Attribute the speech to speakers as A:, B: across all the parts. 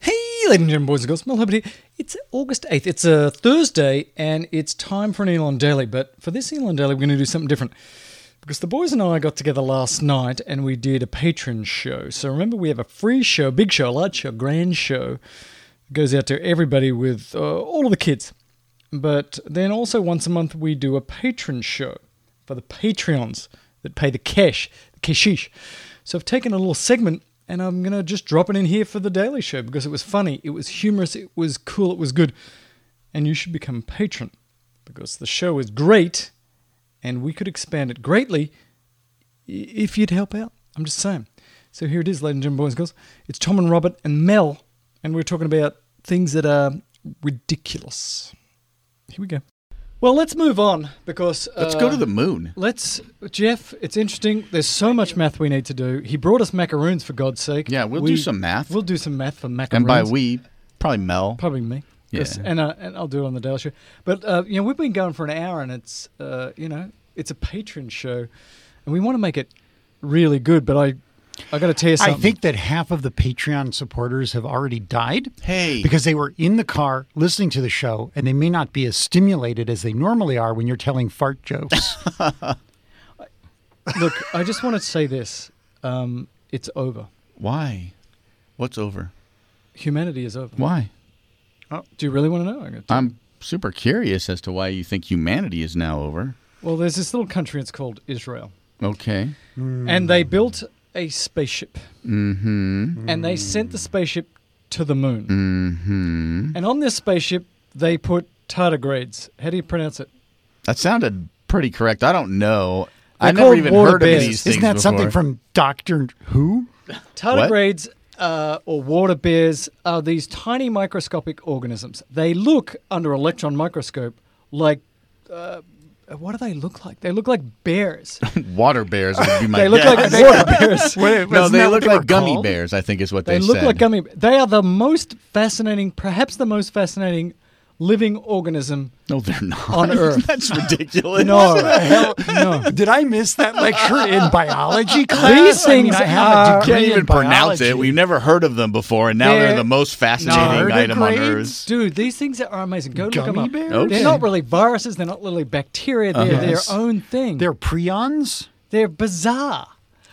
A: Hey, ladies and gentlemen, boys and girls, Mel Herbert here. It's August 8th. It's a Thursday, and it's time for an Elon Daily. But for this Elon Daily, we're going to do something different because the boys and I got together last night and we did a patron show. So remember, we have a free show, big show, large show, grand show. It goes out to everybody with uh, all of the kids. But then also once a month, we do a patron show for the Patreons that pay the cash, the cashish. So I've taken a little segment and I'm going to just drop it in here for the Daily Show because it was funny, it was humorous, it was cool, it was good. And you should become a patron because the show is great and we could expand it greatly i- if you'd help out. I'm just saying. So here it is, ladies and gentlemen, boys and girls. It's Tom and Robert and Mel, and we're talking about things that are ridiculous. Here we go. Well, let's move on because
B: Let's
A: uh,
B: go to the moon.
A: Let's, Jeff. It's interesting. There's so much math we need to do. He brought us macaroons for God's sake.
B: Yeah, we'll
A: We-
B: do some math.
A: We'll do some math for macaroons.
B: and by we, probably Mel.
A: probably me.
B: Yeah.
A: Yes, and uh, and I'll do it on the Daily Show. But uh, you know, we've been going for an hour, and it's uh, you know, it's a patron show, and we want to make it really good. But I, I got to tell you
C: I
A: something.
C: think that half of the Patreon supporters have already died.
B: Hey.
C: Because they were in the car listening to the show and they may not be as stimulated as they normally are when you're telling fart jokes.
A: Look, I just want to say this. Um, it's over.
B: Why? What's over?
A: Humanity is over.
B: Why?
A: Do you really want to know? I'm gonna tell
B: I'm super curious as to why you think humanity is now over.
A: you. well, there's this little country. It's called Israel.
B: Okay.
A: and they built a spaceship. Mm-hmm. And they sent the spaceship to the moon. Mm-hmm. And on this spaceship, they put tardigrades. How do you pronounce it?
B: That sounded pretty correct. I don't know. I
A: They're
B: never
A: called
B: even
A: water
B: heard
A: bears.
B: of these things
C: Isn't that
B: before.
C: something from Doctor Who?
A: Tardigrades uh, or water bears are these tiny microscopic organisms. They look under electron microscope like. Uh, what do they look like? They look like bears.
B: water bears? Would be my
A: They look
B: guess.
A: like water bears.
B: no,
C: Isn't
B: they
C: that what
B: look
C: they were
B: like gummy
C: called?
B: bears. I think is what they,
A: They look
B: said.
A: like gummy. They are the most fascinating, perhaps the most fascinating living organism
B: no, they're not.
A: on Earth.
B: That's ridiculous.
A: No, no.
C: Did I miss that lecture in biology class?
A: These
C: I mean,
A: things
C: I have
A: are-
B: You
C: a
B: can't
C: degree
B: even
C: in
B: pronounce
C: biology.
B: it. We've never heard of them before, and now they're,
A: They're
B: the most fascinating item on
C: tardigrades?
B: Earth.
A: Dude, these things are amazing. Go look them
C: Gummy
A: up.
C: bears?
B: Okay.
A: They're not really viruses. They're not really bacteria. They're
B: Yes.
A: their own thing.
C: They're
A: They're,
C: prions?
A: they're bizarre.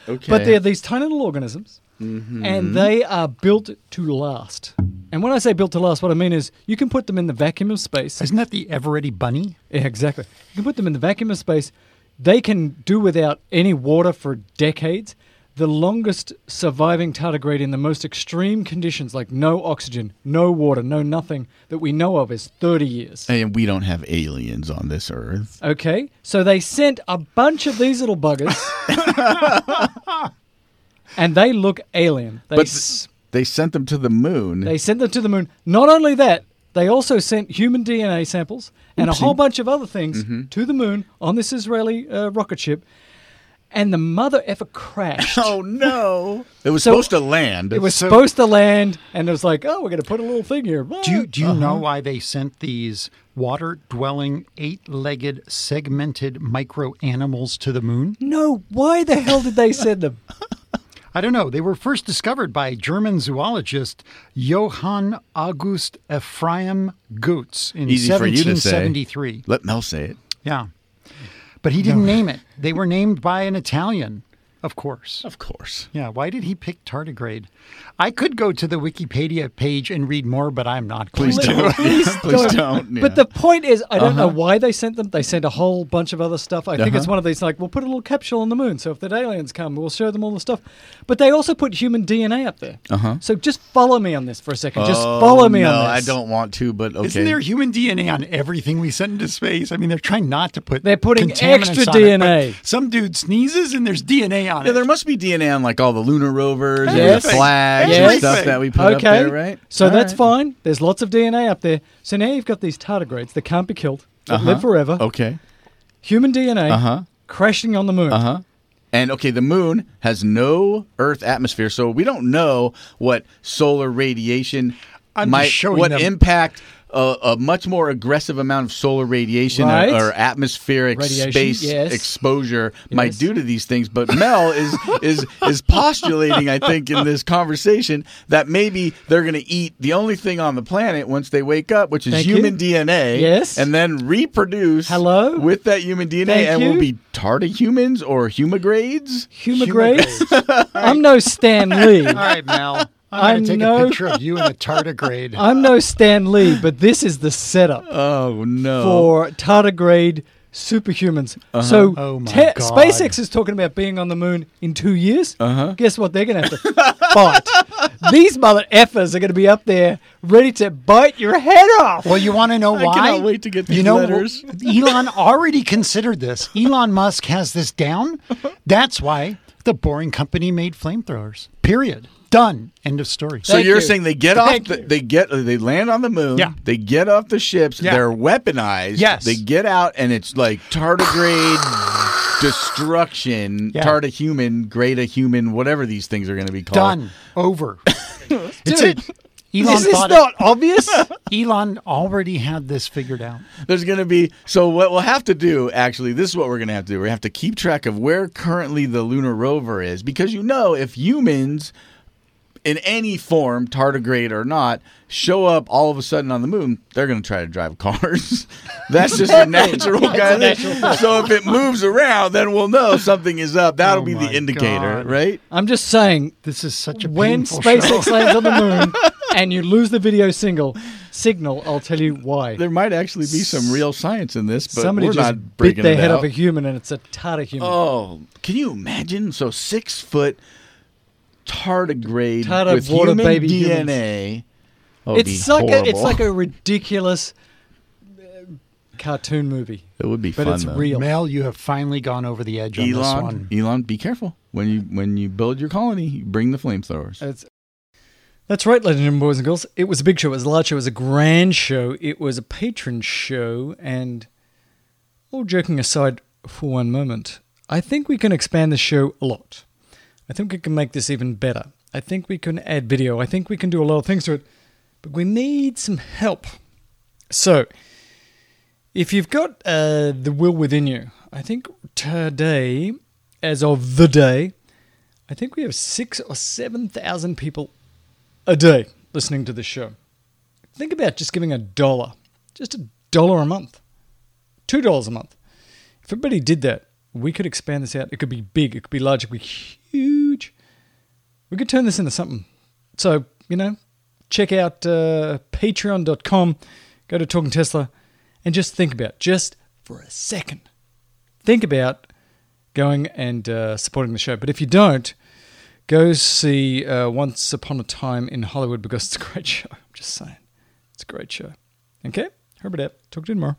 B: Okay. Mm-hmm.
A: But they're these tiny little organisms, and they are built to last. And when I say built to last, what I mean is you can put them in the vacuum of space.
C: Isn't that the Eveready bunny?
A: Yeah, exactly. You can put them in the vacuum of space. They can do without any water for decades. The longest surviving tardigrade in the most extreme conditions, like no oxygen, no water, no nothing, that we know of is 30 years.
B: and we don't have aliens on this Earth.
A: Okay, so they sent a bunch of these little buggers, and they look alien. They,
B: But
A: s-
B: They sent them to the moon.
A: they sent them to the moon. Not only that, they also sent human DNA samples and a whole bunch of other things
C: Mm-hmm.
A: to the moon on this Israeli uh, rocket ship, and the mother ever crashed.
B: oh no! It was
A: So-
B: supposed to land.
A: It was
C: So-
A: supposed to land, and it was like, oh, we're going to put a little thing here.
C: Do you, do
B: Uh-huh.
C: you know why they sent these water dwelling, eight legged, segmented micro animals to the moon?
A: No, why the hell did they send them?
C: I don't know. They were first discovered by German zoologist Johann August Ephraim Goetz in
B: easy for you to say.
C: 1773.
B: Let Mel say it.
C: Yeah. But he didn't name it. They were named by an Italian, of course.
B: Of course.
C: Yeah, why did he pick tardigrade? I could go to the Wikipedia page and read more, but I'm not. going
B: Please
C: to.
B: don't. Please,
A: don't.
B: don't. Yeah. Uh-huh.
A: But the point is, I don't know why they sent them. They sent a whole bunch of other stuff. I think it's one of these like, we'll put a little capsule on the moon. So if the aliens come, we'll show them all the stuff. But they also put human DNA up there. Uh-huh. So just follow me on this for a second. Just
B: Oh,
A: follow me
B: no,
A: on
B: I
A: this.
B: don't want to, but okay.
C: Isn't there human DNA on everything we send into space? I mean, they're trying not to put.
A: They're putting
C: contaminants
A: extra
C: on it, but
A: DNA.
C: some dude sneezes and there's DNA on
B: yeah,
C: it.
B: there must be DNA on like all the lunar rovers and the
A: Yes.
B: flags
A: Yes.
B: and stuff that we put
A: okay.
B: up there, right?
A: So
B: All
A: that's
B: right.
A: fine. There's lots of DNA up there. So now you've got these tardigrades that can't be killed, that live forever.
B: Okay.
A: Human DNA
B: Oh. Uh-huh.
A: crashing on the moon.
B: Uh huh. And okay, the moon has no Earth atmosphere, so we don't know what solar radiation
C: I'm just
B: might,
C: showing
B: what
C: them.
B: impact a, a much more aggressive amount of solar radiation or-
A: Right.
B: or, atmospheric
A: Radiation,
B: space
A: yes.
B: exposure might
A: Yes.
B: do to these things. But Mel is is is postulating, I think, in this conversation that maybe they're going to eat the only thing on the planet once they wake up, which is
A: Thank you.
B: human DNA,
A: Yes.
B: and then reproduce
A: Hello?
B: with that human DNA,
A: Thank
B: and
A: you.
B: we'll be tarda humans or humagrades.
A: Humagrades? I'm no Stan Lee.
C: All right, Mel.
A: I
C: I'm going to take
A: know-
C: a picture of you in a tardigrade.
A: I'm no Stan Lee, but this is the setup
B: Oh Uh-huh. no!
A: for tardigrade superhumans. So
C: Oh my
A: te-
C: God.
A: SpaceX is talking about being on the moon in two years. Uh-huh. Guess what? They're going to have to fight. These mother effers are going to be up there ready to bite your head off.
C: Well, you want to know
B: I
C: why?
B: cannot wait to get these
C: you know,
B: letters.
C: Elon already considered this. Elon Musk has this down. That's why the Boring Company made flamethrowers. Period. Done. End of story.
B: So
A: Thank
B: you're
A: you.
B: saying they get
A: Thank
B: off, the,
A: you.
B: they get, they land on the moon.
C: Yeah.
B: They get off the ships.
C: Yeah.
B: They're weaponized.
C: Yes.
B: They get out, and it's like tardigrade destruction,
C: Yeah.
B: tarda human, greta human, whatever these things are going to be called.
C: Done. Over. It's
A: Dude,
C: it. Elon
A: is this
C: thought
A: not obvious?
C: it. Elon already had this figured out.
B: There's going to be so what we'll have to do. Actually, this is what we're going to have to do. We have to keep track of where currently the lunar rover is, because you know if humans. In any form, tardigrade or not, show up all of a sudden on the moon, they're going to try to drive cars. That's just a natural kind of thing. So if it moves around, then we'll know something is up. That'll
C: Oh
B: be the
C: my
B: indicator,
C: God.
B: right?
A: I'm just saying,
C: This is such a
A: when
C: painful
A: SpaceX
C: show.
A: lands on the moon and you lose the video single signal, I'll tell you why.
B: There might actually be some real science in this, but
A: Somebody
B: we're
A: just
B: not
A: bit
B: breaking
A: their
B: it
A: head
B: out.
A: off a human, and it's a tartar human.
B: Oh, can you imagine? So six foot tardigrade
A: Tarda
B: with
A: water
B: human
A: baby humans.
B: DNA. That would
A: it's
B: be
A: like a, it's
B: horrible.
A: like a ridiculous uh, cartoon movie,
B: It would be
A: but
B: fun
A: it's
B: though.
A: real.
C: Mel, you have finally gone over the edge on this
B: Elon,
C: one.
B: Elon, be careful when you when you build your colony. You bring the flamethrowers.
A: It's- that's right, ladies and boys and girls. It was a big show. It was a large show. It was a grand show. It was a patron show. And all joking aside for one moment, I think we can expand the show a lot. I think we can make this even better. I think we can add video. I think we can do a lot of things to it. But we need some help. So, If you've got uh, the will within you, I think today, as of the day, I think we have six or seven thousand people a day listening to this show. Think about just giving a dollar, just a dollar a month, two dollars a month. If everybody did that, we could expand this out. It could be big, it could be large, it could be huge. We could turn this into something. So, you know, check out uh, patreon.com, go to Talking Tesla, and just think about, just for a second, think about going and uh, supporting the show. But if you don't, go see uh, Once Upon a Time in Hollywood because it's a great show. I'm just saying. It's a great show. Okay? Herbert Epp. Talk to you tomorrow.